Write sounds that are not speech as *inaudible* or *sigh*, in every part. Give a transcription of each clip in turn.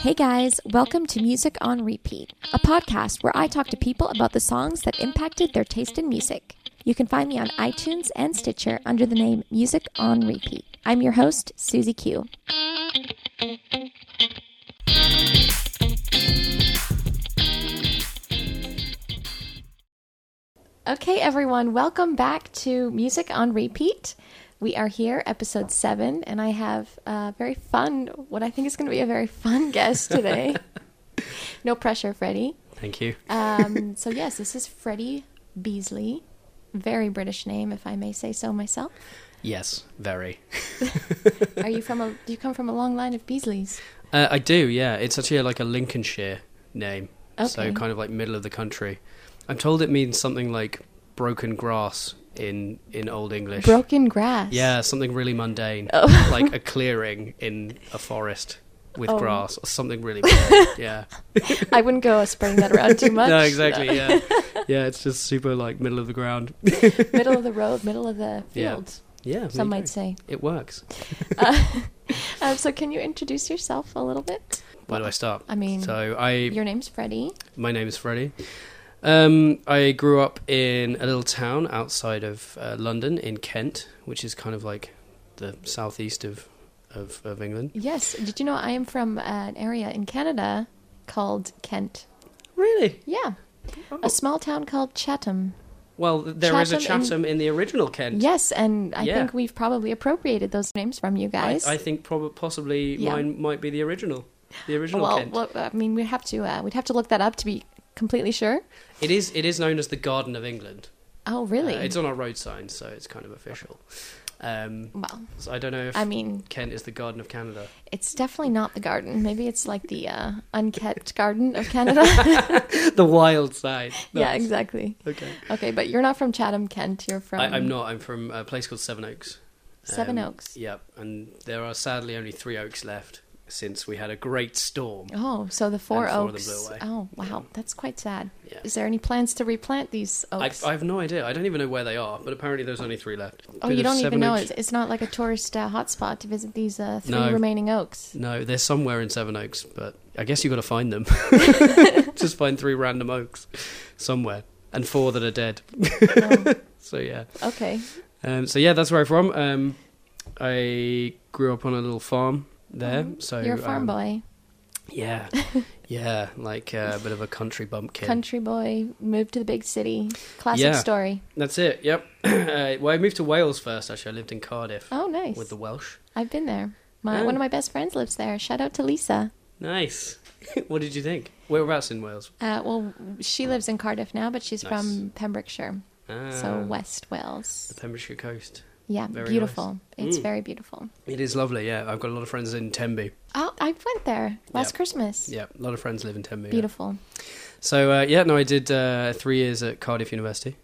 Hey guys, welcome to Music on Repeat, a podcast where I talk to people about the songs that impacted their taste in music. You can find me on iTunes and Stitcher under the name Music on Repeat. I'm your host, Susie Q. Okay, everyone, welcome back to Music on Repeat. We are here, episode seven, and I have a very fun, what I think is going to be a very fun guest *laughs* today. no pressure, Freddie. Thank you. Um, so, yes, this is Freddie Beasley. Very British name, if I may say so myself. Yes, very. Are you from a? Do you come from a long line of Beasleys? Uh, I do, yeah. It's actually like a Lincolnshire name. Okay. So kind of like middle of the country. I'm told it means something like broken grass in in Old English. Broken grass. yeah, something really mundane. *laughs* like a clearing in a forest with Oh. grass or something really *laughs* mundane. yeah. I wouldn't go spreading that around *laughs* too much. no, exactly, yeah. *laughs* Yeah, it's just super like middle of the ground. middle of the road, middle of the Yeah. fields. Yeah. there Some you might go. say. It works. Um, so, can you introduce yourself a little bit? Where do I start? I mean, so I Your name's Freddie. My name is Freddie. Um, I grew up in a little town outside of uh, London in Kent, which is kind of like the southeast of, of, of England. Yes. Did you know I am from uh, an area in Canada called Kent? Really? Yeah. Oh. A small town called Chatham. Well, th- there is Chatham a in- Chatham in... the original Kent. Yes, and I Yeah. think we've probably appropriated those names from you I, guys. I think probably possibly Yeah. mine might be the original, the original well, Kent. well, I mean, we'd have to uh, we'd have to look that up to be completely sure. It is it is known as the Garden of England. Oh, Uh, really? it's on our road sign, so it's kind of official. Um, well, so I don't know if I mean, Kent is the Garden of *laughs* Canada. it's definitely not the garden. Maybe it's like the uh, unkept garden of *laughs* Canada. the *laughs* wild side. yeah, Nice. exactly. Okay. Okay, but you're not from Chatham, Kent. You're from. I, I'm not. I'm from a place called Seven Oaks. Seven Oaks. Um, Yep. And there are sadly only three oaks left since we had a great storm. Oh, so the four And four of them oaks. blew away. Oh, wow, that's quite sad. Yeah. Is there any plans to replant these I, oaks? I have no idea. I don't even know where they are, but apparently there's only three left. oh, Bit you of don't even Seven know. Oaks- It's, it's not like a tourist uh, hotspot to visit these uh, three No. remaining *laughs* oaks. No, they're somewhere in Seven Oaks, but I guess you got to *laughs* find them. *laughs* Just find three random oaks somewhere, and four that are dead. Oh, So yeah. okay. Um, so yeah, that's where I'm from. Um, I grew up on a little farm there. So Mm-hmm. You're a farm um, boy, *laughs* Yeah, yeah, like uh, a bit of a country bumpkin. country boy, moved to the big city. Classic Yeah. story. That's it. Yep. *clears throat* uh, well, I moved to Wales first. Actually, I lived in Cardiff Oh, nice. with the Welsh. I've been there. My, Oh. One of my best friends lives there. Shout out to Lisa. Nice. *laughs* what did you think? Whereabouts in Wales? Uh, well, she lives in Cardiff now, but she's Nice. from Pembrokeshire, Ah, so West Wales. the Pembrokeshire coast. Yeah, Very nice. beautiful. It's Mm. very beautiful. It is lovely. Yeah, I've got a lot of friends in Tenby. Oh, I went there last Yep. Christmas. Yeah, a lot of friends live in Tenby. yeah. Beautiful. So uh, yeah, no, I did uh, three years at Cardiff University.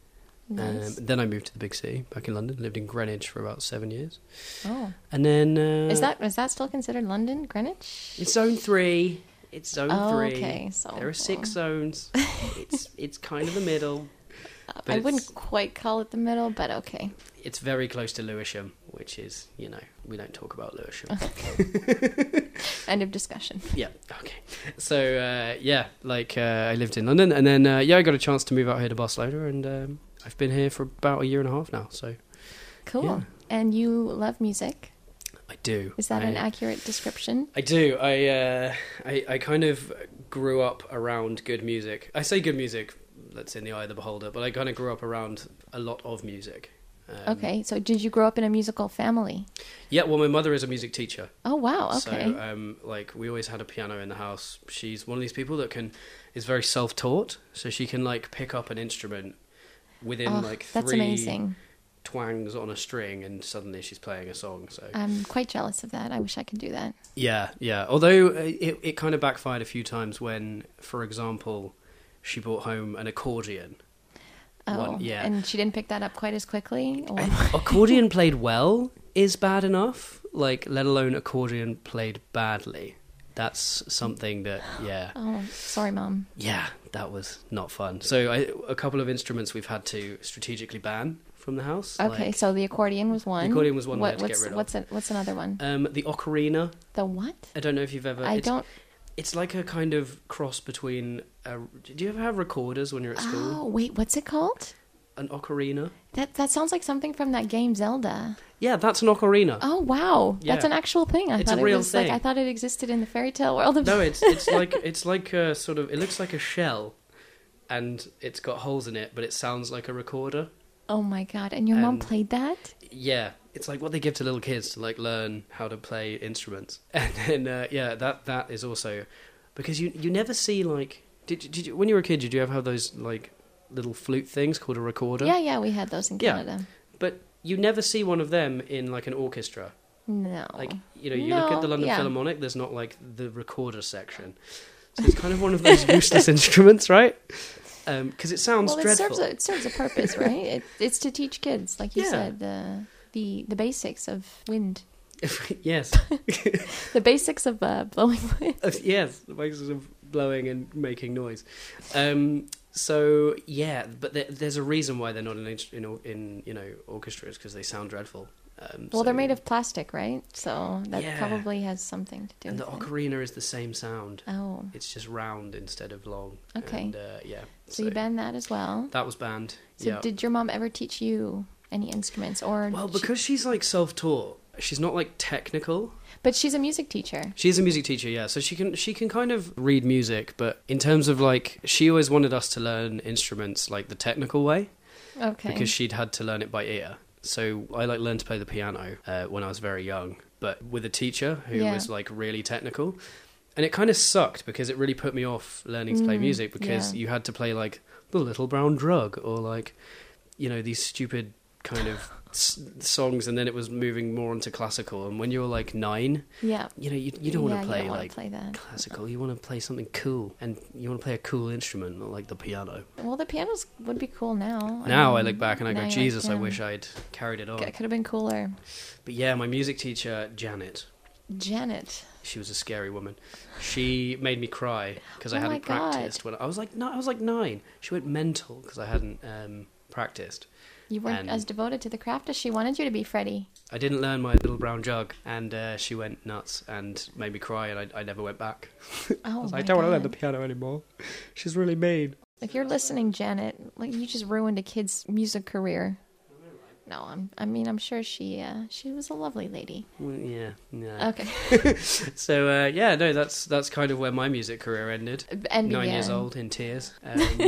Nice. Um, then I moved to the big city, back in London. Lived in Greenwich for about seven years, oh, and then uh, is that is that still considered London, Greenwich? It's zone three. It's zone Oh, three. okay, Oh. so- there are six *laughs* zones. it's it's kind of the middle. But I it's, wouldn't quite call it the middle, but okay. It's very close to Lewisham, which is you know we don't talk about *laughs* Lewisham. End of discussion. yeah. Okay. So uh, yeah, like uh, I lived in London, and then uh, yeah, I got a chance to move out here to Barcelona, and um, I've been here for about a year and a half now. So Cool. Yeah. And you love music. I do. Is that I, an accurate description? I do. I, uh, I I kind of grew up around good music. I say good music. That's in the eye of the beholder. But I kind of grew up around a lot of music. Um, okay. So, did you grow up in a musical family? Yeah. Well, my mother is a music teacher, Oh wow. Okay. so um, like we always had a piano in the house. She's one of these people that can is very self taught, so she can like pick up an instrument within Oh, like three that's amazing. twangs on a string, and suddenly she's playing a song. So I'm quite jealous of that. I wish I could do that. Yeah, yeah. Although uh, it it kind of backfired a few times when, for example, she brought home an *laughs* accordion. Oh, One- yeah. and she didn't pick that up quite as quickly. Or... accordion played well is bad enough. Like, let alone accordion played badly. That's something that yeah, oh, sorry, mom. yeah, that was not fun. So I, a couple of instruments we've had to strategically ban from the house. Okay, like- so the accordion was one. accordion was one we had to get what's rid of. what's, an- what's another one? um, the ocarina. The what? I don't know if you've ever. I it's, don't. It's like a kind of cross between. A, did you ever have recorders when you're at school? Oh wait, what's it called? An ocarina. That that sounds like something from that game Zelda. Yeah, that's an ocarina. Oh wow, that's Uh, an Yeah. actual thing. I It's thought a real it was like thing. I thought it existed in the fairy tale world. Of *laughs* No, it's it's like it's like a sort of. It looks like a shell, and it's got holes in it, but it sounds like a recorder. oh my god, and your mom And- played that? Yeah, it's like what they give to little kids to like learn how to play instruments, *laughs* and then uh, yeah, that that is also because you you never see like did did you, when you were a kid did you ever have those like little flute things called a recorder? Yeah, yeah, we had those in Yeah. Canada. But you never see one of them in like an orchestra. No. Like you know, you look Oh. No, at the London yeah. Philharmonic, there's not like the recorder section. So it's kind of one of *laughs* those useless instruments, right? Because it sounds well, it dreadful. *laughs* serves a, it serves a purpose, right? It, it's to teach kids, like you Yeah. said, the the the basics of wind, yes, the basics of uh, blowing wind. Uh, *laughs* yes, the voices of blowing and making noise. Um, so yeah, but there, there's a reason why they're not in inst- in, or- in you know orchestras because they sound dreadful. Um, Well, so- they're made of plastic, right? So that Yeah. probably has something to do. and the with it. ocarina is the same sound. Oh, It's just round instead of long. Okay. And, uh, yeah. so, you banned that as well. That was banned. So yeah. did your mom ever teach you any instruments, or Well, she- because she's like self-taught, she's not like technical. but she's a music teacher. She's a music teacher, yeah. So she can she can kind of read music, but in terms of like she always wanted us to learn instruments like the technical way Okay. because she'd had to learn it by ear. So I like learned to play the piano uh, when I was very young, but with a teacher who Yeah. was like really technical. And it kind of sucked because it really put me off learning to play Mm, music because yeah. you had to play like the Little Brown Drug or like you know these stupid kind of s- songs, and then it was moving more onto classical. And when you're like nine, yeah. you know you, you don't Yeah, want you to play don't wanna like play that. classical. You want to play something cool, and you want to play a cool instrument not like the piano. Well, the pianos would be cool now. Now I look back and I go, Jesus, I wish I... I'd carried it on. It could have been cooler. But yeah, my music teacher, Janet, Janet. she was a scary woman. She made me cry because I Oh my hadn't God. practiced when I was like no, I was like nine. She went mental because I hadn't um, practiced. You weren't And- as devoted to the craft as she wanted you to be, Freddie. I didn't learn my little brown jug, and uh, she went nuts and made me cry, and I, I never went back. Oh, I was my like, I don't want to learn the God. piano anymore. She's really mean. If you're listening, Janet, like you just ruined a kid's music career. No, I'm, I mean, I'm sure she uh, she was a lovely lady. Well, yeah, yeah. Okay. *laughs* So uh, yeah, no, that's that's kind of where my music career ended. And Nine years began. old in tears. Um, *laughs*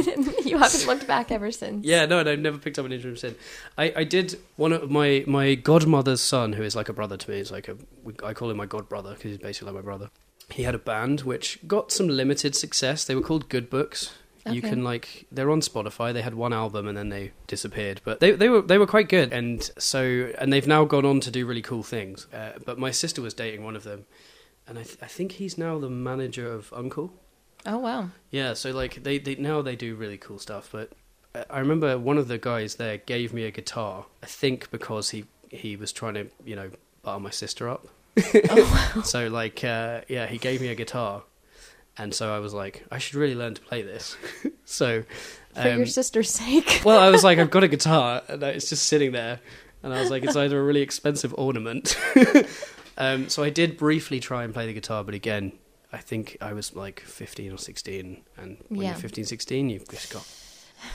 you haven't looked back ever since. Yeah, no, and I've never picked up an instrument since. I, I did one of my my godmother's son, who is like a brother to me. Is like a we- I call him my godbrother because he's basically like my brother. He had a band which got some limited success. They were called Good Books. You Okay. can like they're on Spotify. They had one album and then they disappeared, but they they were they were quite good. And so and they've now gone on to do really cool things. Uh, but my sister was dating one of them, and I th- I think he's now the manager of Uncle. Oh wow. Yeah, so like they, they now they do really cool stuff, but I- I remember one of the guys there gave me a guitar. I think because he he was trying to you know butter my sister up. so like uh, yeah, he gave me a guitar, and so I was like, I should really learn to play this. *laughs* so For um, your sister's *laughs* sake. well, I was like, I've got a guitar, and I- it's just sitting there. And I was like, it's either a really expensive ornament. *laughs* um, so I did briefly try and play the guitar, but again, I think I was like 15 or 16. And when Yeah. you're 15, 16, you've just got.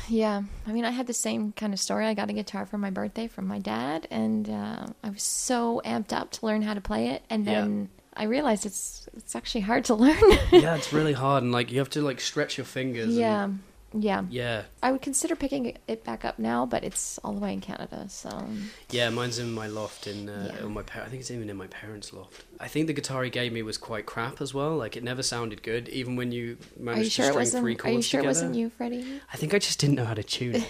Yeah, I mean, I had the same kind of story. I got a guitar for my birthday from my dad, and uh, I was so amped up to learn how to play it, and Yeah. then I realized it's it's actually hard to *laughs* learn. Yeah, it's really hard. And like, you have to like stretch your fingers. and- yeah, yeah. yeah. I would consider picking it back up now, but it's all the way in Canada, so Yeah, mine's in my loft in uh, Yeah. or my par- I think it's even in my parents' loft. I think the guitar he gave me was quite crap as well. Like it never sounded good, even when you are you managed sure it to string three wasn't? chords Are you sure it together. wasn't you, Freddie? I think I just didn't know how to *laughs* tune it.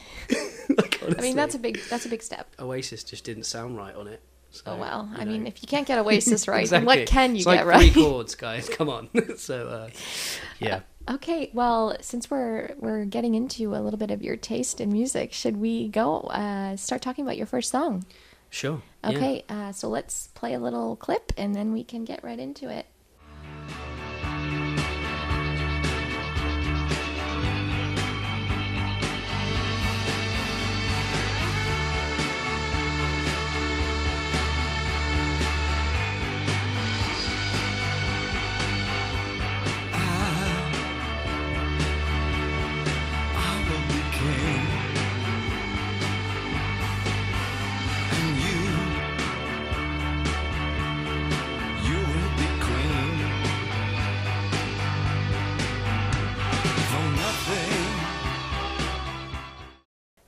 *laughs* Like, I honestly. mean, that's a big that's a big step. Oasis just didn't sound right on it. So, Oh well, you I know. mean, if you can't get *laughs* Oasis right, then Exactly. what can you It's get like three right? *laughs* chords, guys. Come on. *laughs* so uh, yeah, Okay, well, since we're we're getting into a little bit of your taste in music, should we go uh, start talking about your first song? sure. yeah. Okay, uh, so let's play a little clip and then we can get right into it. Thank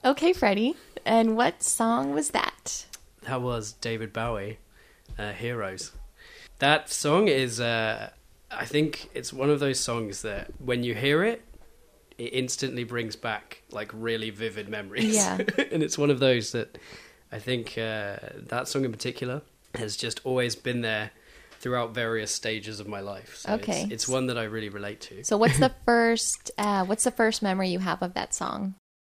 Okay, Freddie. And what song was that? That was David Bowie, uh, Heroes. That song is, uh, I think it's one of those songs that when you hear it, it instantly brings back like really vivid memories. Yeah. *laughs* and it's one of those that I think uh, that song in particular has just always been there throughout various stages of my life. So it's- Okay. It's, one that I really relate to. So what's the *laughs* first uh, what's the first memory you have of that song?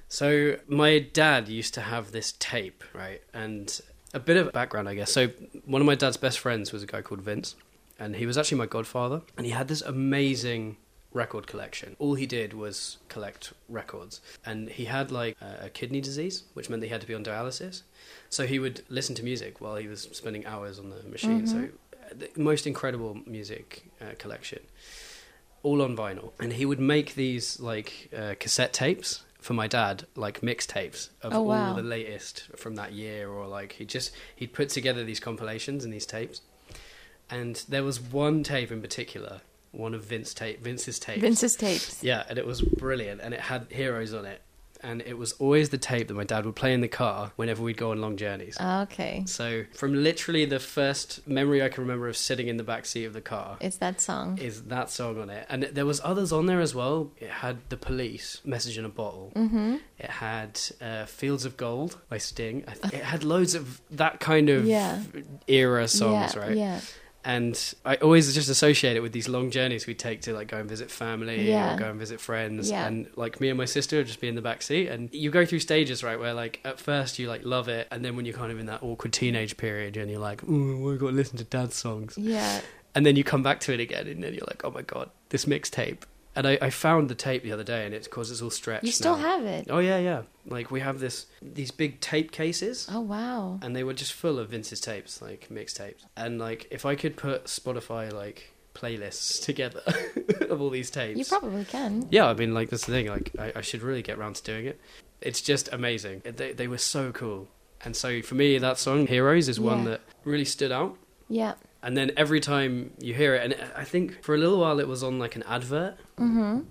So my dad used to have this tape, right? And a bit of background, I guess. So one of my dad's best friends was a guy called Vince, and he was actually my godfather, and he had this amazing record collection. All he did was collect records, and he had like a a kidney disease, which meant that he had to be on dialysis. So he would listen to music while he was spending hours on the machine. So uh, Mm-hmm. the most incredible music uh, collection all on vinyl, and he would make these like uh, cassette tapes for my dad, like mixtapes of Oh, wow. all the latest from that year, or like he just he'd put together these compilations and these tapes. And there was one tape in particular, one of Vince tape, Vince's tapes. Vince's tapes. Yeah, and it was brilliant, and it had heroes on it, and it was always the tape that my dad would play in the car whenever we'd go on long Uh. journeys. Okay. so from literally the first memory I can remember of sitting in the back seat of the car It's that song. is that song on it and there was others on there as well it had the police message in a bottle mm-hmm. it had uh, fields of gold by sting I th- it had loads of that kind of Yeah. era songs yeah, right Yeah. and i always just associate it with these long journeys we take to like go and visit family Yeah. or go and visit friends Yeah. and like me and my sister would just be in the back seat and you go through stages right where like at first you like love it and then when you're kind of in that awkward teenage period and you're like ooh we've got to listen to dad's songs Yeah. and then you come back to it again and then you're like oh my god this mixtape and I, I found the tape the other day and it's because it's all stretched You still now. have it. oh yeah yeah like we have this these big tape cases Oh wow. and they were just full of vintage tapes like mixtapes and like if i could put spotify like playlists *laughs* together of all these tapes You probably can. yeah i mean like that's the thing like i, I should really get round to doing it it's just amazing they, they were so cool and so for me that song heroes is one Yeah. that really stood out Yeah. and then every time you hear it, and I think for a little while it was on like an advert, Mm-hmm.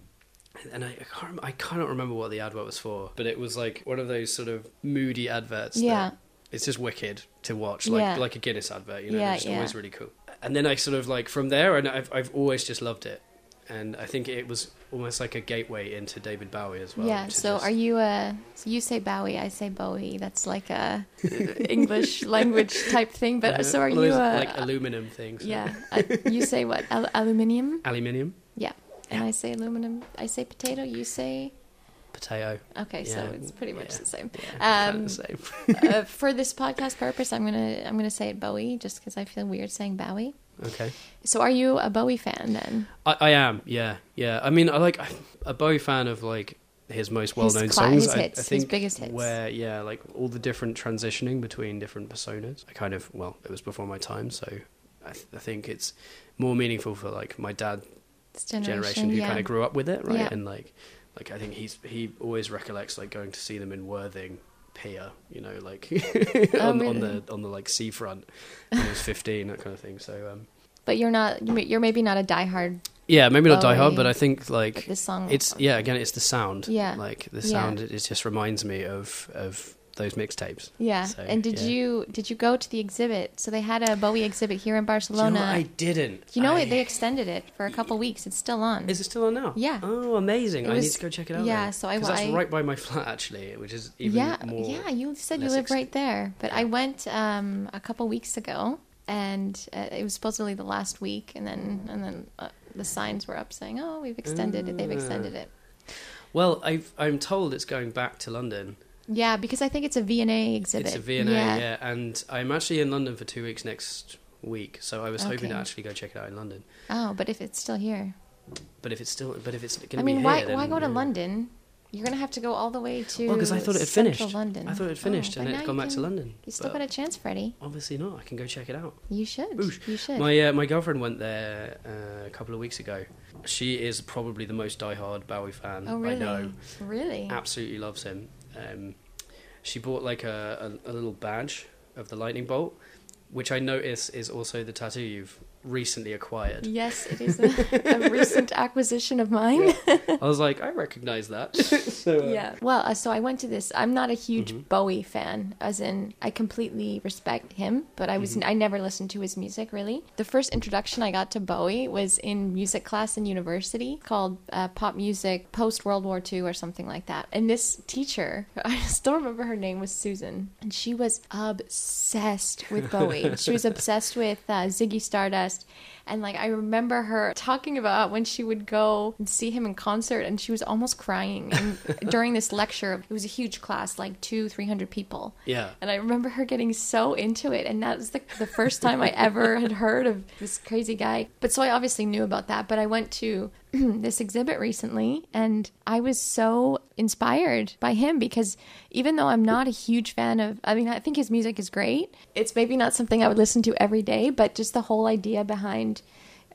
and I, I can't rem- I cannot remember what the advert was for, but it was like one of those sort of moody adverts. Yeah. that it's just wicked to watch, like Yeah. like a Guinness advert. You know, Yeah, it's yeah. always really cool. And then I sort of like from there, and I've I've always just loved it, and I think it was almost like a gateway into David Bowie as well. yeah. to So just- are you uh so you say Bowie, I say Bowie. That's like *laughs* a English language type thing, but Yeah, so are all you those, uh, like aluminum things? Yeah. Uh, you say what? Al- aluminium? aluminium Yeah. And I say aluminum. I say potato, you say potato. Okay, Yeah, so it's pretty much yeah, the same. Yeah, Um, the same. *laughs* uh, for this podcast purpose, I'm gonna I'm gonna say it Bowie, just because I feel weird saying Bowie. okay. So, are you a Bowie fan then? I, I am, yeah, yeah. I mean, I like I'm a Bowie fan of like his most well-known cla- songs. his I, hits, I his think biggest hits. Where yeah, like all the different transitioning between different personas. I kind of well, it was before my time, so I, th- I think it's more meaningful for like my dad This generation, generation, who yeah. kind of grew up with it, right? Yeah. And like, like I think he's he always recollects like going to see them in Worthing Pier, you know, like *laughs* on, on Oh, really? the on the like seafront. When he was fifteen, that kind of thing. So um, But you're not. you may- You're maybe not a diehard. yeah, maybe not Die Hard, Bowie. but I think like This song. it's yeah again it's the sound Oh, Yeah. like the Yeah. sound it, it just reminds me of of those mixtapes yeah. so, and did yeah. you did you go to the exhibit? So they had a Bowie exhibit here in Do you know Barcelona. what? i didn't You know I- it- they extended it for a couple weeks. It's still on. is it still on now Yeah. oh amazing It i need was- to go check it out yeah, then. so I- 'Cause that's I- right by my *laughs* flat actually which is even yeah, more yeah. You said you less live ex- right there, but I went um, a couple weeks ago, and uh, it was supposedly the last week, and then and then uh, the signs were up saying, "Oh, we've extended it. They've extended it." well I've, i'm told it's going back to london Yeah, because I think it's a V&A exhibit. it's a v&a yeah. and i'm actually in london for two weeks next week so i was hoping Okay. to actually go check it out in london Oh, but if it's still here, but if it's still but if it's gonna I mean, be why here, why then, go to yeah. London? You're gonna have to go all the way to. well because i thought it had central finished London. i thought it had Oh, finished but and it now had you gone back to can- london You still but- got a chance, Freddie. Obviously not. I can go check it out. You should. Boosh. You should. My uh, my girlfriend went there uh, a couple of weeks ago. She is probably the most diehard Bowie fan oh, really? I know. Really? Absolutely loves him. Um, she bought like a, a, a little badge of the lightning bolt, which I notice is also the tattoo you've recently *laughs* acquired. Yes, it is a, *laughs* a recent acquisition of mine. I was like, I recognize that. *laughs* so, uh, Mm-hmm. Yeah. Well, uh, so I went to this. I'm not a huge Bowie fan, as in I completely respect him, but I was Mm-hmm. I never listened to his music really. The first introduction I got to Bowie was in music class in university called uh, pop music post World War II or something like that. And this teacher, *laughs* I still remember her name was Susan, and she was obsessed with *laughs* Bowie. she was obsessed with uh, Ziggy Stardust. And like I remember her talking about when she would go and see him in concert, and she was almost crying and *laughs* during this lecture. It was a huge class, like two, three hundred people. Yeah. And I remember her getting so into it, and that was the, the first time I ever had heard of this crazy guy. But so I obviously knew about that. But I went to *clears throat* this exhibit recently, and I was so inspired by him because even though I'm not a huge fan of, I mean, I think his music is great. It's maybe not something I would listen to every day, but just the whole idea behind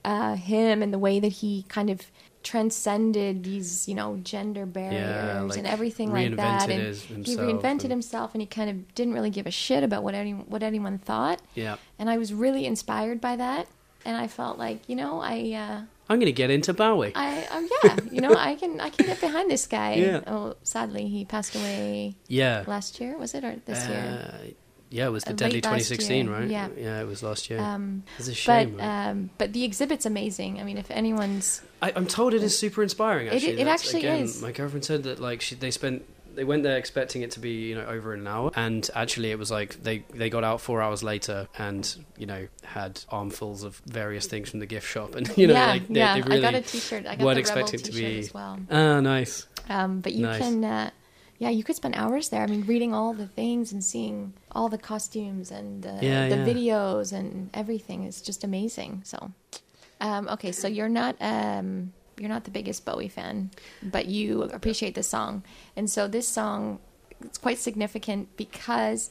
uh, him and the way that he kind of transcended these, you know, gender barriers like, and everything like that. reinvented And his- he himself reinvented and- himself, and he kind of didn't really give a shit about what any, what anyone thought. Yeah. And I was really inspired by that, and I felt like, you know, I. Uh, I'm going to get into Bowie. I oh yeah, you know I can I can get behind this guy. Yeah. Oh, sadly he passed away yeah. last year, was it or this year? Uh, yeah, it was the Uh, Deadly late last 2016, year, right? yeah. it was last year. Um, it's a shame. But right? um, but the exhibit's amazing. I mean, if anyone's I, I'm told it is super inspiring. It- Actually, it That's- actually again, is. My girlfriend said that like she, they spent they went there expecting it to be you know over in an hour, and actually it was like they they got out four hours later and you know had armfuls of various things from the gift shop, *laughs* and you know yeah like they, yeah they really I got a T-shirt. I got the weren't Rebel expecting T-shirt to be- as well. ah nice. Um, but you Nice. can uh, yeah you could spend hours there. I mean, reading all the things and seeing all the costumes and uh, Yeah, the yeah. videos and everything is just amazing. So um, okay, so you're not. Um, you're not the biggest Bowie fan, but you appreciate this song. And so this song it's quite significant because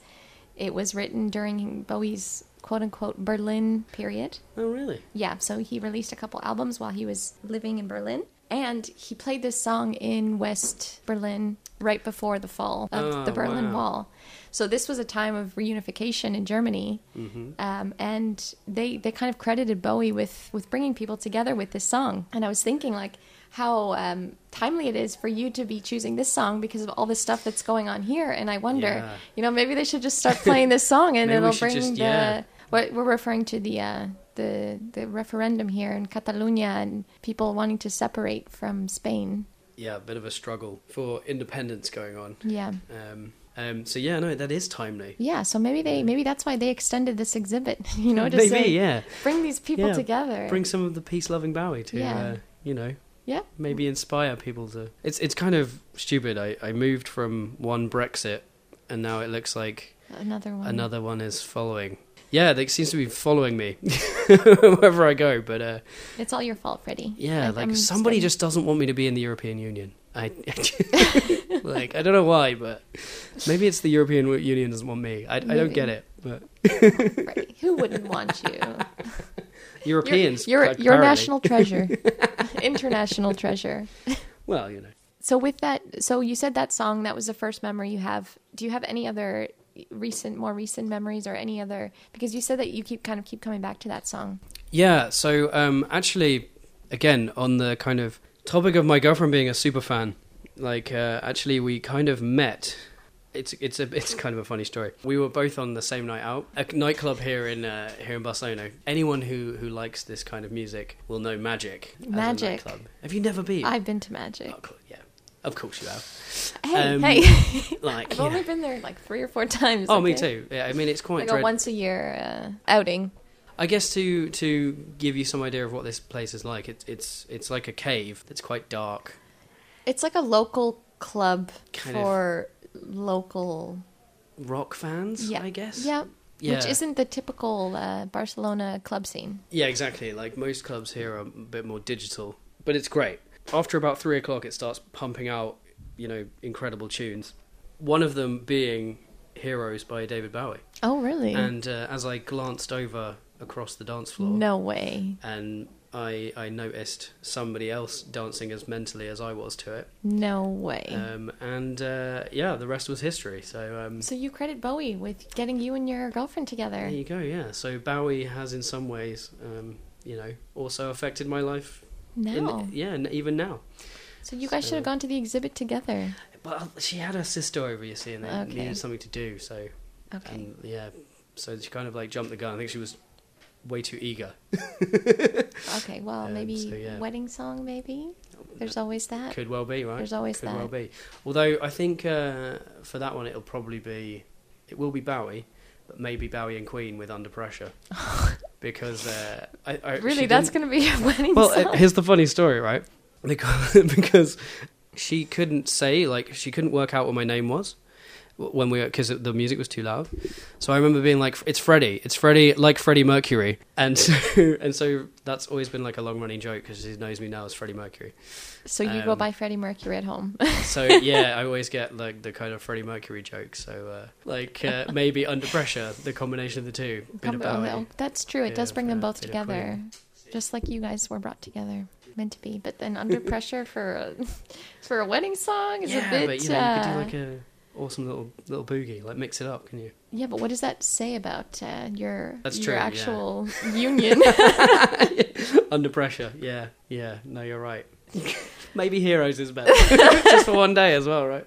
it was written during Bowie's quote unquote Berlin period. Oh really? Yeah, so he released a couple albums while he was living in Berlin. And he played this song in West Berlin right before the fall of Oh, the Berlin wow. Wall. So this was a time of reunification in Germany, Mm-hmm. um, and they they kind of credited Bowie with with bringing people together with this song. And I was thinking like how um, timely it is for you to be choosing this song because of all the stuff that's going on here. And I wonder, Yeah. you know, maybe they should just start playing *laughs* this song and Maybe we it'll should bring just- the yeah. what we're referring to the uh, the the referendum here in Catalonia and people wanting to separate from Spain. Yeah, a bit of a struggle for independence going on. Yeah, Um, um, so yeah, no, that is timely. yeah. So maybe they maybe that's why they extended this exhibit. *laughs* You know, to say, Maybe yeah, bring these people Yeah, together. bring some of the peace-loving Bowie to Yeah. uh, you know yeah, maybe inspire people to it's it's kind of stupid i i moved from one brexit and now it looks like another one. another one is following yeah they seems to be following me *laughs* wherever i go but uh It's all your fault, Freddie. yeah like, I'm somebody spending- just doesn't want me to be in the european union *laughs* i *laughs* like i don't know why but maybe it's the european union doesn't want me i, I Maybe. don't get it but Freddie, who wouldn't want *laughs* you? You're- europeans You're you're, like, a apparently- national treasure, *laughs* international treasure. well you know So with that, so you said that song that was the first memory you have. Do you have any other recent, more recent memories, or any other? Because you said that you keep kind of keep coming back to that song. Yeah, so um, actually, again, on the kind of topic of my girlfriend being a super fan, like uh, actually we kind of met. It's it's a it's kind of a funny story. We were both on the same night out, a nightclub here in uh, here in Barcelona. Anyone who who likes this kind of music will know Magic. as a Magic. nightclub. Have you never been? I've been to Magic. Oh, cool, yeah, of course you have. Hey, um, hey! Like, *laughs* I've yeah. only been there like three or four times. oh, I me think. too. Yeah, I mean it's quite. Like a dread- once a year uh, outing. I guess to to give you some idea of what this place is like, it's it's it's like a cave that's quite dark. It's like a local club Kind of- for local. rock fans, Yeah, I guess. Yeah. Which Yeah. isn't the typical uh, Barcelona club scene. Yeah, exactly. Like most clubs here are a bit more digital, but it's great. After about three o'clock, it starts pumping out, you know, incredible tunes. One of them being "Heroes" by David Bowie. Oh, really? And uh, as I glanced over across the dance floor, no way. and I I noticed somebody else dancing as mentally as I was to it. No way. Um, and uh, yeah, the rest was history. So um, So you credit Bowie with getting you and your girlfriend together. There you go. Yeah. So Bowie has, in some ways, um, you know, also affected my life. in- No. yeah, and even now. so you guys so- should have gone to the exhibit together. Well, she had her sister over, you see, and they Okay. needed something to do. So, Okay. and yeah, so she kind of like jumped the gun. I think she was way too eager. okay. Well, um, maybe so, yeah. wedding song. Maybe there's always that. Could well be, right? There's always Could that. well be. Although I think uh, for that one, it'll probably be, it will be Bowie, but maybe Bowie and Queen with *laughs* Under Pressure, because uh, I, I she really, didn't- that's going to be a *laughs* wedding *laughs* well, song. uh, here's the funny story, right? *laughs* Because, because she couldn't say, like, she couldn't work out what my name was w- when we because the music was too loud. So I remember being like, "It's Freddie, it's Freddie, like Freddie Mercury," and so *laughs* and so that's always been like a long running joke because she knows me now as Freddie Mercury. so you go um, by Freddie Mercury at home. So yeah, I always get like the kind of Freddie Mercury joke. So uh, like uh, maybe under pressure, the combination of the two, bit Come- of oh, *laughs* Bowie. well, that's true. It bit does of, bring them uh, both bit of Queen. together, just like you guys were brought together, meant to be. But then *laughs* under pressure for a, *laughs* for a wedding song is yeah, a bit. but you know, you could do uh, like a awesome little little boogie, like mix it up, can you? Yeah, but what does that say about uh, your That's your true, yeah. actual *laughs* union? Under pressure, yeah, yeah. No, you're right. Maybe Heroes is better, just for one day as well, right?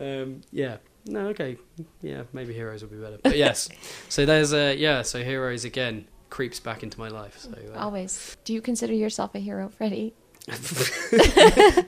Um, yeah. No, okay. Yeah, maybe Heroes would be better. But yes, so there's uh, yeah. So Heroes again creeps back into my life. So uh, Always. Do you consider yourself a hero, Freddie? *laughs*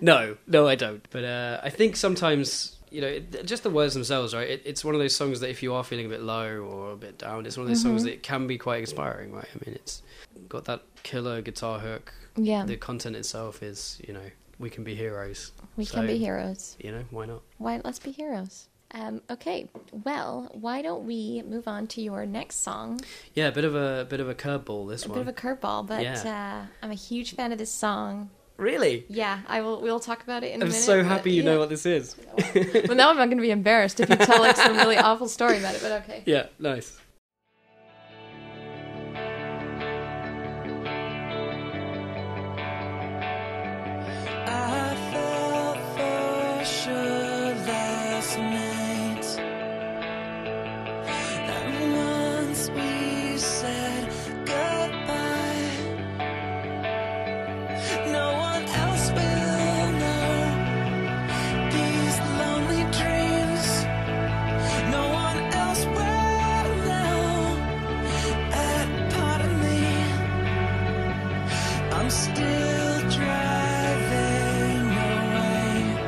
no, no, I don't. But uh, I think sometimes you know it- just the words themselves, right? It, it's one of those songs that if you are feeling a bit low or a bit down, it's one of those songs that can be quite inspiring, right? I mean, it's got that killer guitar hook. Yeah, the content itself is, you know, we can be heroes. we so, can be heroes. You know, why not? Why let's be heroes? Um, okay, well, why don't we move on to your next song? Yeah, a bit of a bit of a curveball this A one. bit of a curveball, but Yeah. uh, I'm a huge fan of this song. Really? Yeah, I will. We'll talk about it in a I'm minute. so but happy you yeah. know what this is. well, now I'm not going to be embarrassed if you tell like some *laughs* really awful story about it. But okay. Yeah, nice. I thought for sure last night that once we said goodbye, no one else will know these lonely dreams. No one else will know that part of me. I'm still driving away.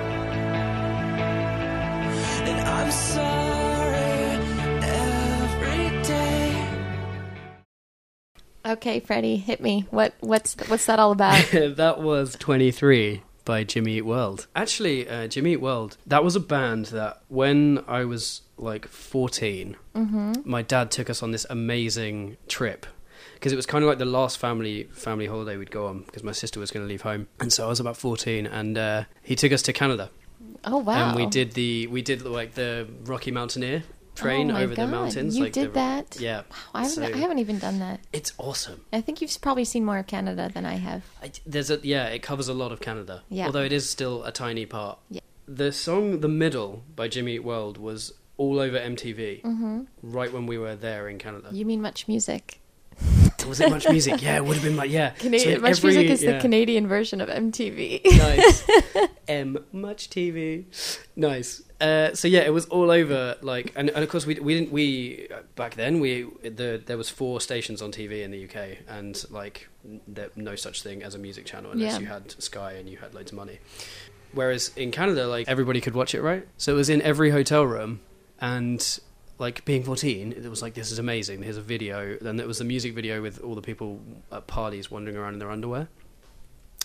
And I'm sorry every day. Okay, Freddie, hit me. What what's what's that all *laughs* about? that was 23 by Jimmy Eat World. Actually, uh, Jimmy Eat World, that was a band that when I was like 14, Mm-hmm. my dad took us on this amazing trip because it was kind of like the last family family holiday we'd go on because my sister was going to leave home. And so I was about 14 and uh, he took us to Canada. Oh wow! And we did the we did like the Rocky Mountaineer train Oh my over the God, mountains. you like did the, that? Yeah. I haven't, So I haven't even done that. It's awesome. I think you've probably seen more of Canada than I have. I, there's a yeah. It covers a lot of Canada. Yeah. Although it is still a tiny part. Yeah. The song "The Middle" by Jimmy Eat World was all over MTV Mm-hmm. right when we were there in Canada. You mean much music? Was it much music? Yeah, it would have been much. Yeah. *laughs* So Canadian in much every- music is the yeah. Canadian version of *laughs* MTV. *laughs* nice. M much TV. Nice. Uh, so yeah, it was all over. Like, and, and of course we we didn't we back then we the there was four stations on TV in the UK, and like n- there no such thing as a music channel unless Yeah. you had Sky and you had loads of money. Whereas in Canada, like everybody could watch it, right? So it was in every hotel room, and like being 14 it was like this is amazing here's a video then there was the music video with all the people at parties wandering around in their underwear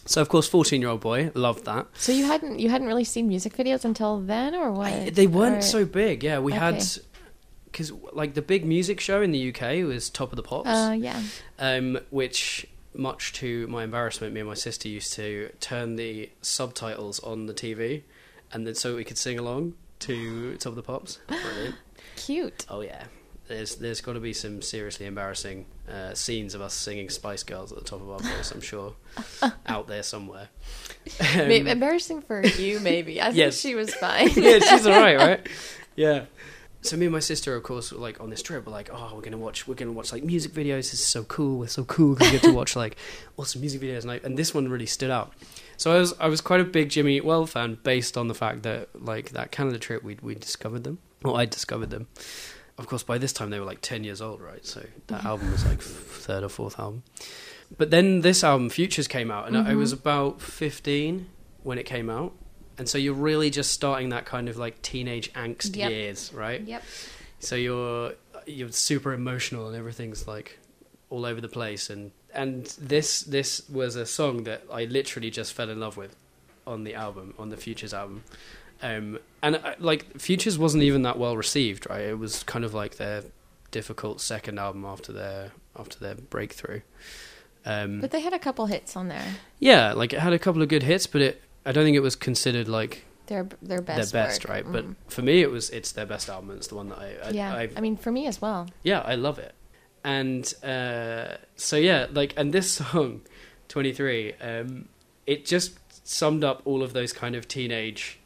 so of course 14 year old boy loved that so you hadn't you hadn't really seen music videos until then, or what? I- Uh, they weren't Or- so big yeah we had Okay. because like the big music show in the uk was top of the pops Uh, yeah. um, which much to my embarrassment me and my sister used to turn the subtitles on the tv and then so we could sing along to top of the pops brilliant Cute. Oh yeah. There's there's got to be some seriously embarrassing uh, scenes of us singing Spice Girls at the top of our voice. I'm *laughs* sure out there somewhere. Um, *laughs* Maybe, embarrassing for you, maybe. I think Yes. *laughs* she was fine. *laughs* yeah, she's all right, right? Yeah. so me and my sister, of course, were like on this trip, we're like, oh, we're gonna watch, we're gonna watch like music videos. This is so cool. We're so cool. 'cause We get to watch like *laughs* awesome music videos, and I, and this one really stood out. So I was I was quite a big Jimmy Eat World fan based on the fact that like that Canada trip we we discovered them, or I discovered them. Of course, by this time they were like ten years old, right? So that album was like third or fourth album. But then this album, Futures, came out, and I I was about 15 when it came out. And so you're really just starting that kind of like teenage angst Yep. years, right? Yep. So you're you're super emotional and everything's like all over the place and and this this was a song that I literally just fell in love with on the album, on the Futures album. Um and I, like Futures wasn't even that well received, right? It was kind of like their difficult second album after their after their breakthrough. Um But they had a couple hits on there. yeah, like it had a couple of good hits, but it I don't think it was considered like Their their best. their best, work. right? Mm. But for me, it was it's their best album. It's the one that I, I yeah, I, I mean, for me as well. yeah, I love it. And uh, so yeah, like and this *laughs* song, twenty three, um, it just summed up all of those kind of teenage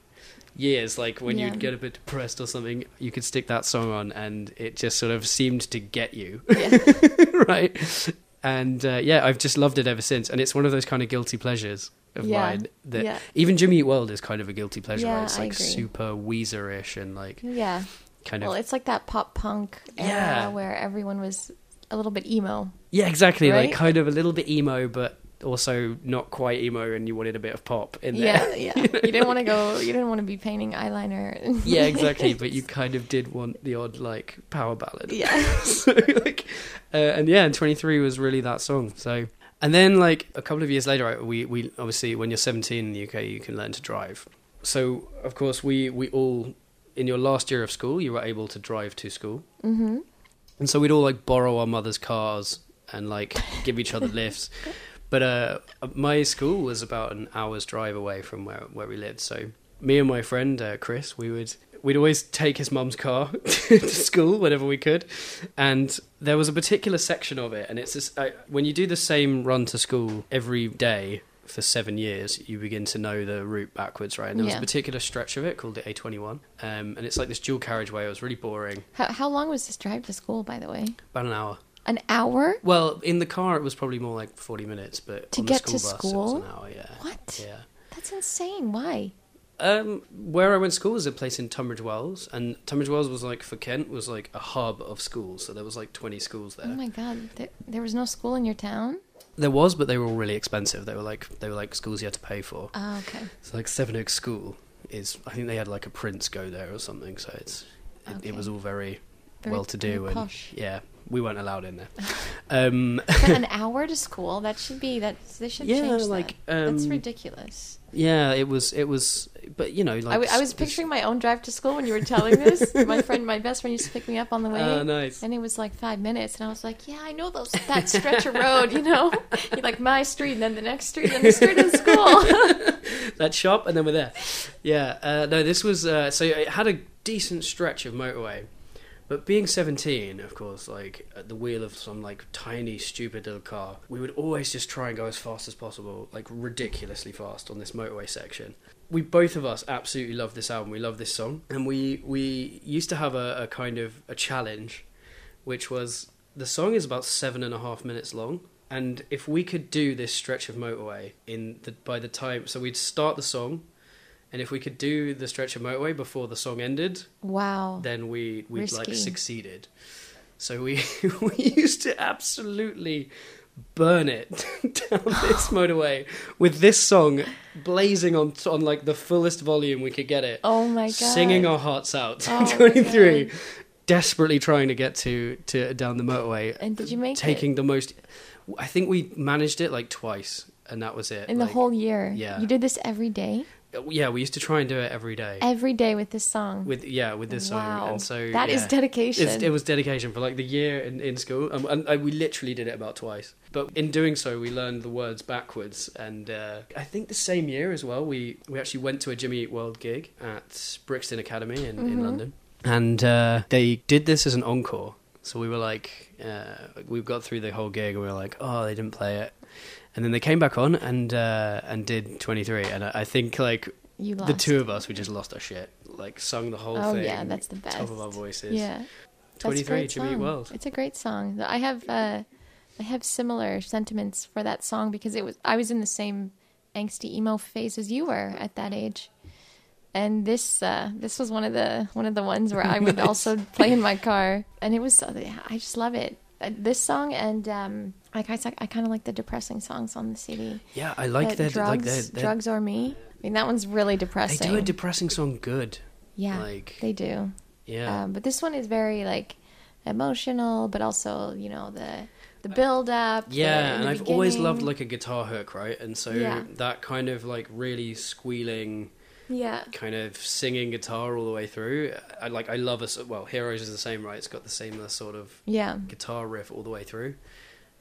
years. Like when Yeah. you'd get a bit depressed or something, you could stick that song on, and it just sort of seemed to get you, *laughs* right? And uh, yeah, I've just loved it ever since. And it's one of those kind of guilty pleasures of Yeah. mine that Yeah. even Jimmy Eat World is kind of a guilty pleasure. Yeah, right? It's I like agree. super Weezer-ish and like Yeah. kind Well, of it's like that pop punk era Yeah. where everyone was a little bit emo. Yeah, exactly. Right? Like kind of a little bit emo, but also not quite emo, and you wanted a bit of pop in there. Yeah, yeah. you didn't want to go. You didn't want to be painting eyeliner. *laughs* *laughs* Yeah, exactly. But you kind of did want the odd like power ballad. yeah. *laughs* so like, uh, and yeah, and twenty three was really that song. So, and then like a couple of years later, I, we we obviously when you're seventeen in the UK, you can learn to drive. So of course we we all in your last year of school, you were able to drive to school. Mm-hmm. And so we'd all like borrow our mother's cars and like give each other lifts. But uh, my school was about an hour's drive away from where where we lived. So me and my friend uh, Chris, we would we'd always take his mum's car *laughs* to school whenever we could. And there was a particular section of it, and it's this, I, when you do the same run to school every day for seven years, you begin to know the route backwards, right? And there was Yeah. a particular stretch of it called the A21, um, and it's like this dual carriageway. It was really boring, How, how long was this drive to school, by the way? about an hour. An hour? Well, in the car, it was probably more like forty minutes, but To on get the to school bus, it school? was an hour. Yeah. What? Yeah. That's insane. Why? Um, where I went to school was a place in Tunbridge Wells, and Tunbridge Wells was like for Kent was like a hub of schools, so there was like twenty schools there. Oh my God. There, there was no school in your town? there was, but they were all really expensive. They were like they were like schools you had to pay for. Oh, okay. So like Seven Oaks School is, I think they had like a prince go there or something. So it's it, Okay. it was all very, Very- well to do very and posh. *laughs* yeah, we weren't allowed *laughs* in there. um, But an hour to school? That should be, that, they should Yeah, change like, that. That's um, ridiculous. yeah, it was it was, but you know, like I, w- I was s- s- picturing my own drive to school when you were telling *laughs* this. my friend, my best friend, used to pick me up on the way, Oh, nice. and it was like five minutes, and I was like, "Yeah, I know those that stretch of road, you know, *laughs* You're like my street, and then the next street, and the street in *laughs* school." that shop, and then we're there. Yeah, uh, no, this was uh, so it had a decent stretch of motorway, but being seventeen, of course, like at the wheel of some like tiny stupid little car, we would always just try and go as fast as possible, like ridiculously fast on this motorway section. We both of us absolutely love this album. We love this song, and we we used to have a, a kind of a challenge, which was the song is about seven and a half minutes long. And if we could do this stretch of motorway in the, by the time, so we'd start the song, and if we could do the stretch of motorway before the song ended, wow. then we we would like Risky. succeeded. So we *laughs* we used to absolutely burn it *laughs* down this motorway with this song blazing on on like the fullest volume we could get it. Oh my god. Singing our hearts out. *laughs* Oh my 23 desperately trying to get to to down the motorway. And did you make it? taking the most I think we managed it like twice and that was it. in the Like, whole year. yeah. You did this every day. Yeah, we used to try and do it every day. Every day with this song. with yeah with this Wow. song and so That is yeah. dedication. It's- it was dedication for like the year in, in school um, and, and we literally did it about twice but in doing so we learned the words backwards and uh, i think the same year as well we we actually went to a jimmy Eat world gig at brixton academy in, Mm-hmm. in london and uh, they did this as an encore so we were like uh, we got through the whole gig and we were like oh they didn't play it and then they came back on and uh, and did 23 and I, I think like you lost. the two of us, we just lost our shit. like sung the whole Oh, thing. yeah, that's the Top of our best. voices. Yeah. That's a 23 great Jimmy Eat song. World. It's a great song. I have uh, I have similar sentiments for that song because it was I was in the same angsty emo phase as you were at that age. And this uh, this was one of the one of the ones *laughs* where I would also play in my car, and it was I just love it. Uh, this song and um, like I said, I kind of like the depressing songs on the CD. Yeah, I like That their Uh, drugs, like their, their drugs or me. I mean that one's really They depressing. do a depressing song good. yeah, like- they do. Yeah. Um, but this one is very like emotional, but also you know the the build up. the- yeah, in and the I've always loved beginning. like a guitar hook, right? And so Yeah. that kind of like really squealing yeah, kind of singing guitar all the way through. I like I love us well, Heroes is the same, right? It's got the same uh, sort of yeah, guitar riff all the way through.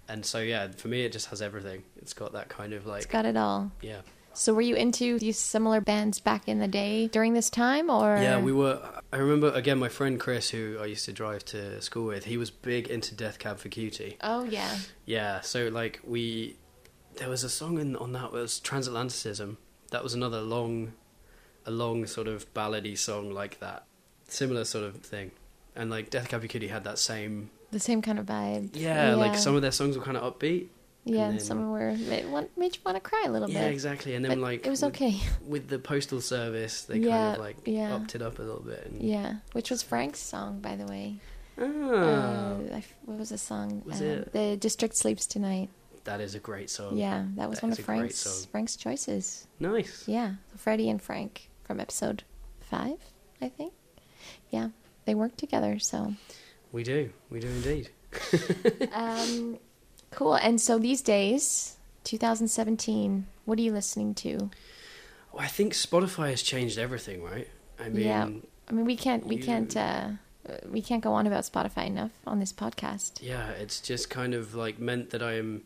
And so yeah, for me it just has everything. It's got that kind of it's like got it all. yeah. So were you into these similar bands back in the day during this time, or Yeah, we were I remember again my friend Chris who I used to drive to school with, he was big into Death Cab for Cutie. Oh yeah, Yeah, so like we, there was a song in, on that was Transatlanticism. That was another long, a long sort of ballady song like that, similar sort of thing. And like Death Cab for Cutie had that same, the same kind of vibe. yeah, like some of their songs were kind of upbeat. yeah, and then- some were made, want- made you want to cry a little Yeah, bit. exactly. And then But like it was with, okay. *laughs* with the postal service, they kind Yeah, of like yeah. upped it up a little bit. And, Yeah, which was Frank's song, by the way. Ah, Uh, I f- what was the song? Was Uh, it- The District Sleeps Tonight. that is a great song. yeah, that was that one is of a great Frank's song. Frank's choices. nice. Yeah, Freddie and Frank from episode five, I think. Yeah, they work together, *laughs* so We do, we do indeed. um, cool. And so these days, 2017, what are you listening to? Well, I think Spotify has changed everything, right? I mean, yeah, I mean we can't we you- can't uh, we can't go on about Spotify enough on this podcast. yeah it's just kind of like meant that i am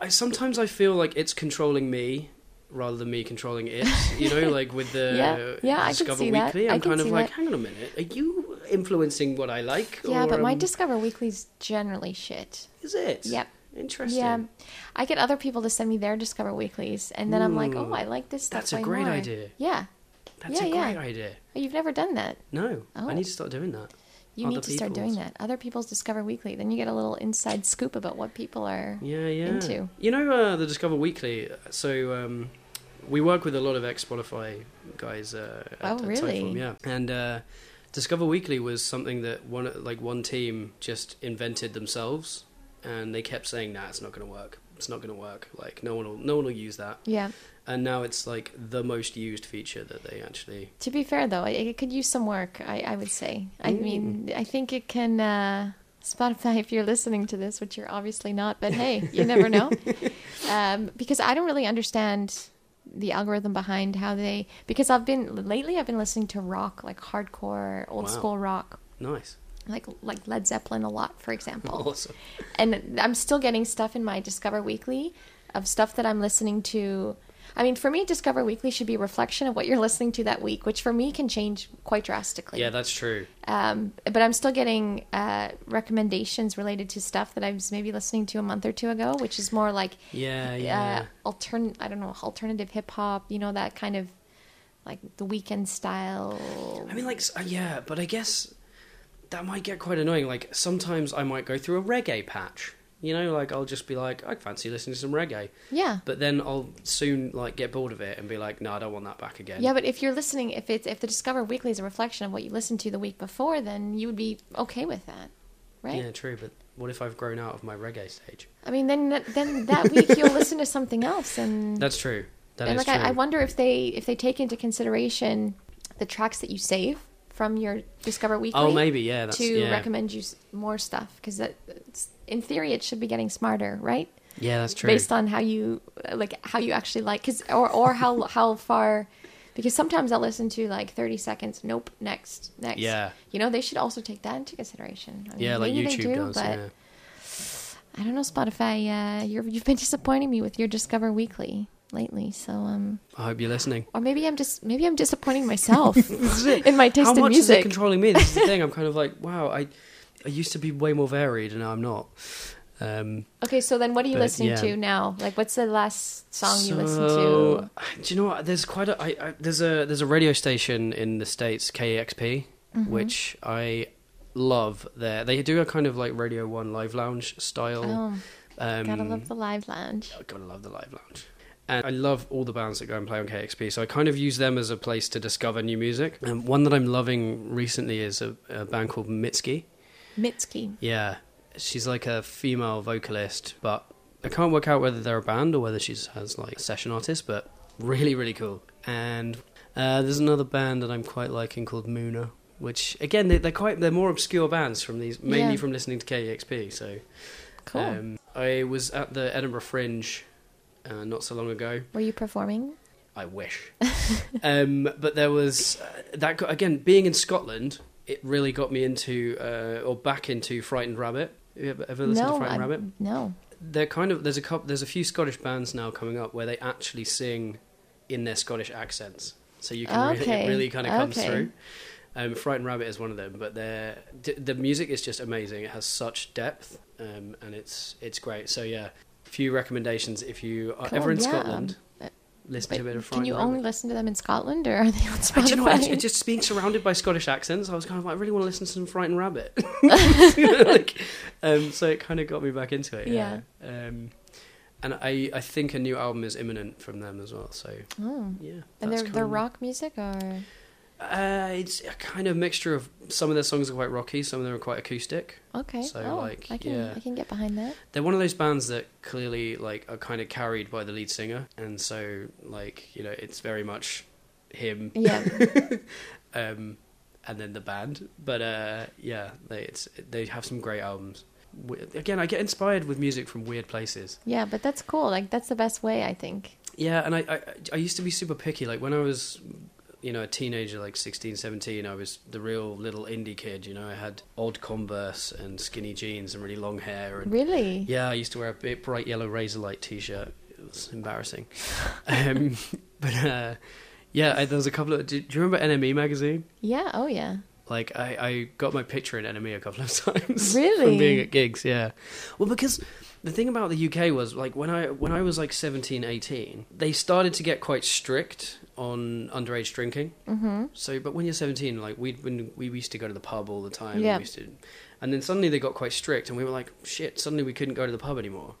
i sometimes i feel like it's controlling me rather than me controlling it *laughs* you know like with the Yeah, yeah, I can discover see that. weekly I i'm can kind of see like that. hang on a minute are you influencing what i like yeah, or but my am- Discover Weekly's generally shit. is it Yep. interesting Yeah, I get other people to send me their Discover Weeklies, and then I'm like, Ooh, oh, I like this stuff. that's a way great more. idea. Yeah, that's a yeah, yeah. great idea you've never done that. no Oh. i need to start doing that You Other need to start doing people's. that. Other people's Discover Weekly. Then you get a little inside scoop about what people are. yeah yeah into. you know uh, the discover weekly so um, we work with a lot of ex spotify guys uh, at, Oh, at really? Typeform, yeah and uh, discover weekly was something that one like one team just invented themselves and they kept saying nah it's not going to work it's not going to work like no one will no one will use that Yeah. and now it's like the most used feature that they actually To be fair, though, it, it could use some work. I, I would say. I mean, I think it can. Uh, Spotify, if you're listening to this, which you're obviously not, but hey, you never know. um, because I don't really understand the algorithm behind how they. Because I've been lately, I've been listening to rock, like hardcore, old Wow. school rock, nice like like Led Zeppelin a lot, for example. *laughs* awesome and I'm still getting stuff in my Discover Weekly of stuff that I'm listening to. I mean, for me, Discover Weekly should be a reflection of what you're listening to that week, which for me can change quite drastically. yeah that's true um, but I'm still getting uh, recommendations related to stuff that I was maybe listening to a month or two ago, which is more like yeah yeah uh, altern I don't know alternative hip hop, you know that kind of like the weekend style. I mean, like, s- uh, yeah, but I guess that might get quite annoying. Like, sometimes I might go through a reggae patch. You know, like, I'll just be like, I fancy listening to some reggae. yeah. But then I'll soon, like, get bored of it and be like, no, I don't want that back again. Yeah, but if you're listening, if it's if the Discover Weekly is a reflection of what you listened to the week before, then you would be okay with that, right? Yeah, true, but what if I've grown out of my reggae stage? I mean, then that- then that week you'll listen to something else, and That's true. *laughs* That is and like true. I, I wonder if they if they take into consideration the tracks that you save from your Discover Weekly. oh, maybe, yeah. That's, to yeah. recommend you s- more stuff because that it's- in theory it should be getting smarter, right? yeah, that's true. based on how you like how you actually like cause, or or how *laughs* how far because sometimes I'll listen to like 30 seconds nope next next Yeah. you know they should also take that into consideration I mean, yeah, like maybe YouTube does. yeah. I don't know Spotify uh, you're, you've been disappointing me with your Discover Weekly lately so um I hope you're listening. or maybe I'm just maybe I'm disappointing *laughs* myself *laughs* in my taste How in much is it music *laughs* controlling me? This is the thing. I'm kind of like, wow, I, I used to be way more varied, and now I'm not. Um, Okay, so then what are you But, listening yeah. to now? Like, what's the last song you listen So, to? Do you know what? There's quite a I, I, there's a there's a radio station in the states, KEXP, Mm-hmm. which I love. There, they do a kind of like Radio One Live Lounge style. Oh, um, gotta love the live lounge. I gotta love the live lounge. And I love all the bands that go and play on KXP, so I kind of use them as a place to discover new music. And one that I'm loving recently is a, a band called Mitski. Mitski. Yeah, she's like a female vocalist, but I can't work out whether they're a band or whether she's has like a session artist. But really, really cool. And uh, there's another band that I'm quite liking called Muna, which again they, they're quite they're more obscure bands from these mainly Yeah. from listening to KEXP. So Cool. um, I was at the Edinburgh Fringe uh, not so long ago. Were you performing? I wish. *laughs* um, but there was uh, that got, again. Being in Scotland, it really got me into uh, or back into Frightened Rabbit. Have you ever, ever listened to No, Frightened I- Rabbit? no. They're kind of there's a couple, there's a few Scottish bands now coming up where they actually sing in their Scottish accents, so you can really, Okay, it really kind of comes okay. through. Um, Frightened Rabbit is one of them, but they're, d- the music is just amazing. It has such depth, um, and it's it's great. So yeah, few recommendations if you are Cool, ever in yeah. Scotland. Uh, Listen But to a bit of can Frightened you Rabbit. only listen to them in Scotland, or are they on *laughs* I Spotify? do you know, I, ju- just being surrounded by Scottish accents, I was kind of like, I really want to listen to some *laughs* Frightened Rabbit. *laughs* like, um, so it kind of got me back into it. Yeah. Um, and I, I think a new album is imminent from them as well. So Oh. yeah, And they're, that's they're kinda- rock music, or Uh, it's a kind of mixture of some of their songs are quite rocky, some of them are quite acoustic. okay. So, oh, like, I can yeah. I can get behind that. They're one of those bands that clearly like are kind of carried by the lead singer, and so like you know it's very much him Yeah. *laughs* um, and then the band. But uh, yeah, they it's, they have some great albums. W- Again, I get inspired with music from weird places. yeah, but that's cool. Like that's the best way, I think. Yeah, and I, I I used to be super picky. Like when I was, you know, a teenager, like 16, 17, I was the real little indie kid. You know, I had old Converse and skinny jeans and really long hair and Really. Yeah, I used to wear a big bright yellow razor light t-shirt. It was embarrassing. um, *laughs* but uh, yeah, I, there was a couple of. Do, do you remember NME magazine? Yeah, Oh yeah. Like I, I got my picture in Enemy a couple of *laughs* times. Really? From being at gigs, yeah. Well, because the thing about the UK was like when I when I was like 17, 18, they started to get quite strict on underage drinking. Mm-hmm. So, but when you're 17, like we'd been, we used to go to the pub all the time. Yeah. We used to, and then suddenly they got quite strict, and we were like, shit. Suddenly we couldn't go to the pub anymore.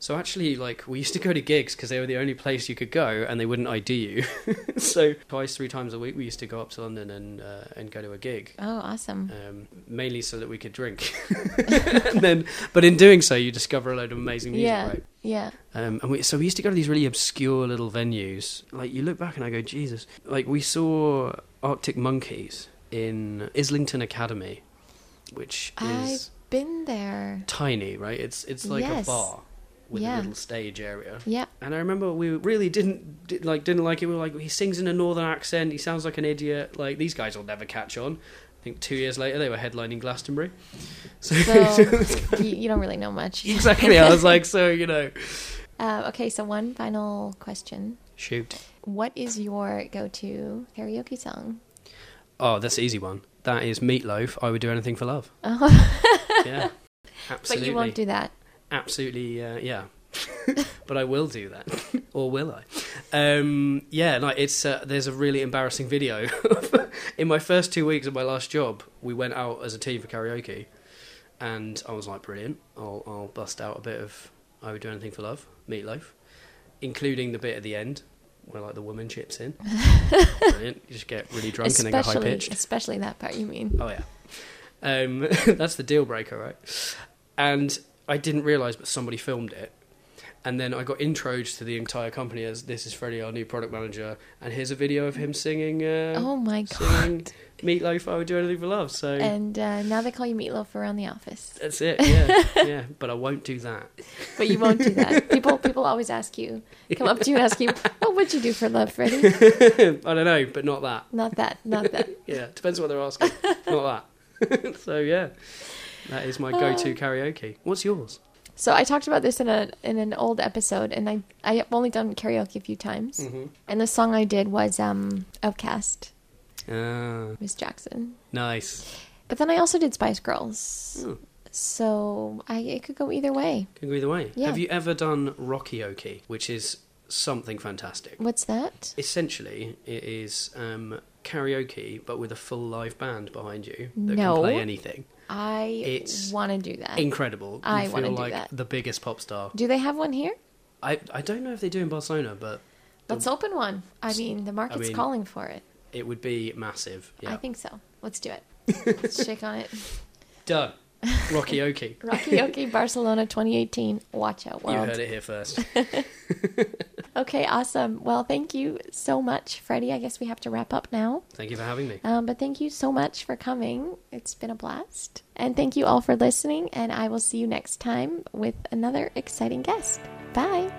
So actually, like we used to go to gigs because they were the only place you could go, and they wouldn't ID you. *laughs* so twice, three times a week, we used to go up to London and uh, and go to a gig Oh, awesome. um, mainly so that we could drink. *laughs* and then, but in doing so, you discover a load of amazing music, yeah. right? Yeah. Um, and we, so we used to go to these really obscure little venues. Like you look back and I go, Jesus! Like we saw Arctic Monkeys in Islington Academy, which is I've been there. tiny, right? It's it's like Yes. a bar with Yeah. a little stage area. *laughs* Yeah. And I remember we really didn't did, like didn't like it. We were like, he sings in a northern accent. He sounds like an idiot. Like these guys will never catch on. I think two years later they were headlining Glastonbury. *laughs* So, So you, you don't really know much. *laughs* exactly, I was *laughs* like, so you know, Uh, okay, so one final question. shoot. What is your go-to karaoke song? *laughs* Oh, that's an easy one. That is Meatloaf. I would do anything for love. Oh, Yeah, absolutely. *laughs* but you won't do that. absolutely uh, yeah but i will do that or will i um yeah like it's uh, there's a really embarrassing video *laughs* in my first two weeks of my last job we went out as a team for karaoke and i was like brilliant i'll, I'll bust out a bit of i would do anything for love meatloaf including the bit at the end where like the woman chips in brilliant you just get really drunk and then go high especially, pitched especially that part. You mean? Oh yeah, um, *laughs* that's the deal breaker, right? And I didn't realise, but somebody filmed it, and then I got introed to the entire company as this is Freddie, our new product manager, and here's a video of him singing, uh, oh my god! singing "Meatloaf." I would do anything for love. So And uh, now they call you Meatloaf around the office, that's it. *laughs* Yeah, yeah. But I won't do that. *laughs* but you won't do that. People, people always ask you, come up to you and ask you, "What would you do for love, Freddie?" I don't know, but not that. Not that, not that. Yeah, depends what they're *laughs* asking. not that. *laughs* so yeah, that is my Oh. go-to karaoke. What's yours? So I talked about this in a in an old episode, and I I have only done karaoke a few times, Mm. and the song I did was um Outcast, Ah, Miss Jackson. nice. But then I also did Spice Girls. Hmm. So I, it could go either way. Can go either way. Yeah. Have you ever done Rocky Oki, which is something fantastic? What's that? Essentially, it is um, karaoke, but with a full live band behind you that No. can play anything. I It's want to do that. Incredible. I you wanna feel do like that. the biggest pop star. do they have one here? I, I don't know if they do in Barcelona, but Let's open one. I mean, the market's mean- calling for it. it would be massive. Yeah. I think so. Let's do *laughs* it. Let's shake on it. *laughs* Done. Rocky Oki. Rocky *laughs* Oki Barcelona 2018. Watch out, You world. heard it here first. Okay, awesome. Well, thank you so much, Freddie. I guess we have to wrap up now. Thank you for having me. Um, but thank you so much for coming. It's been a blast. And thank you all for listening. And I will see you next time with another exciting guest. Bye.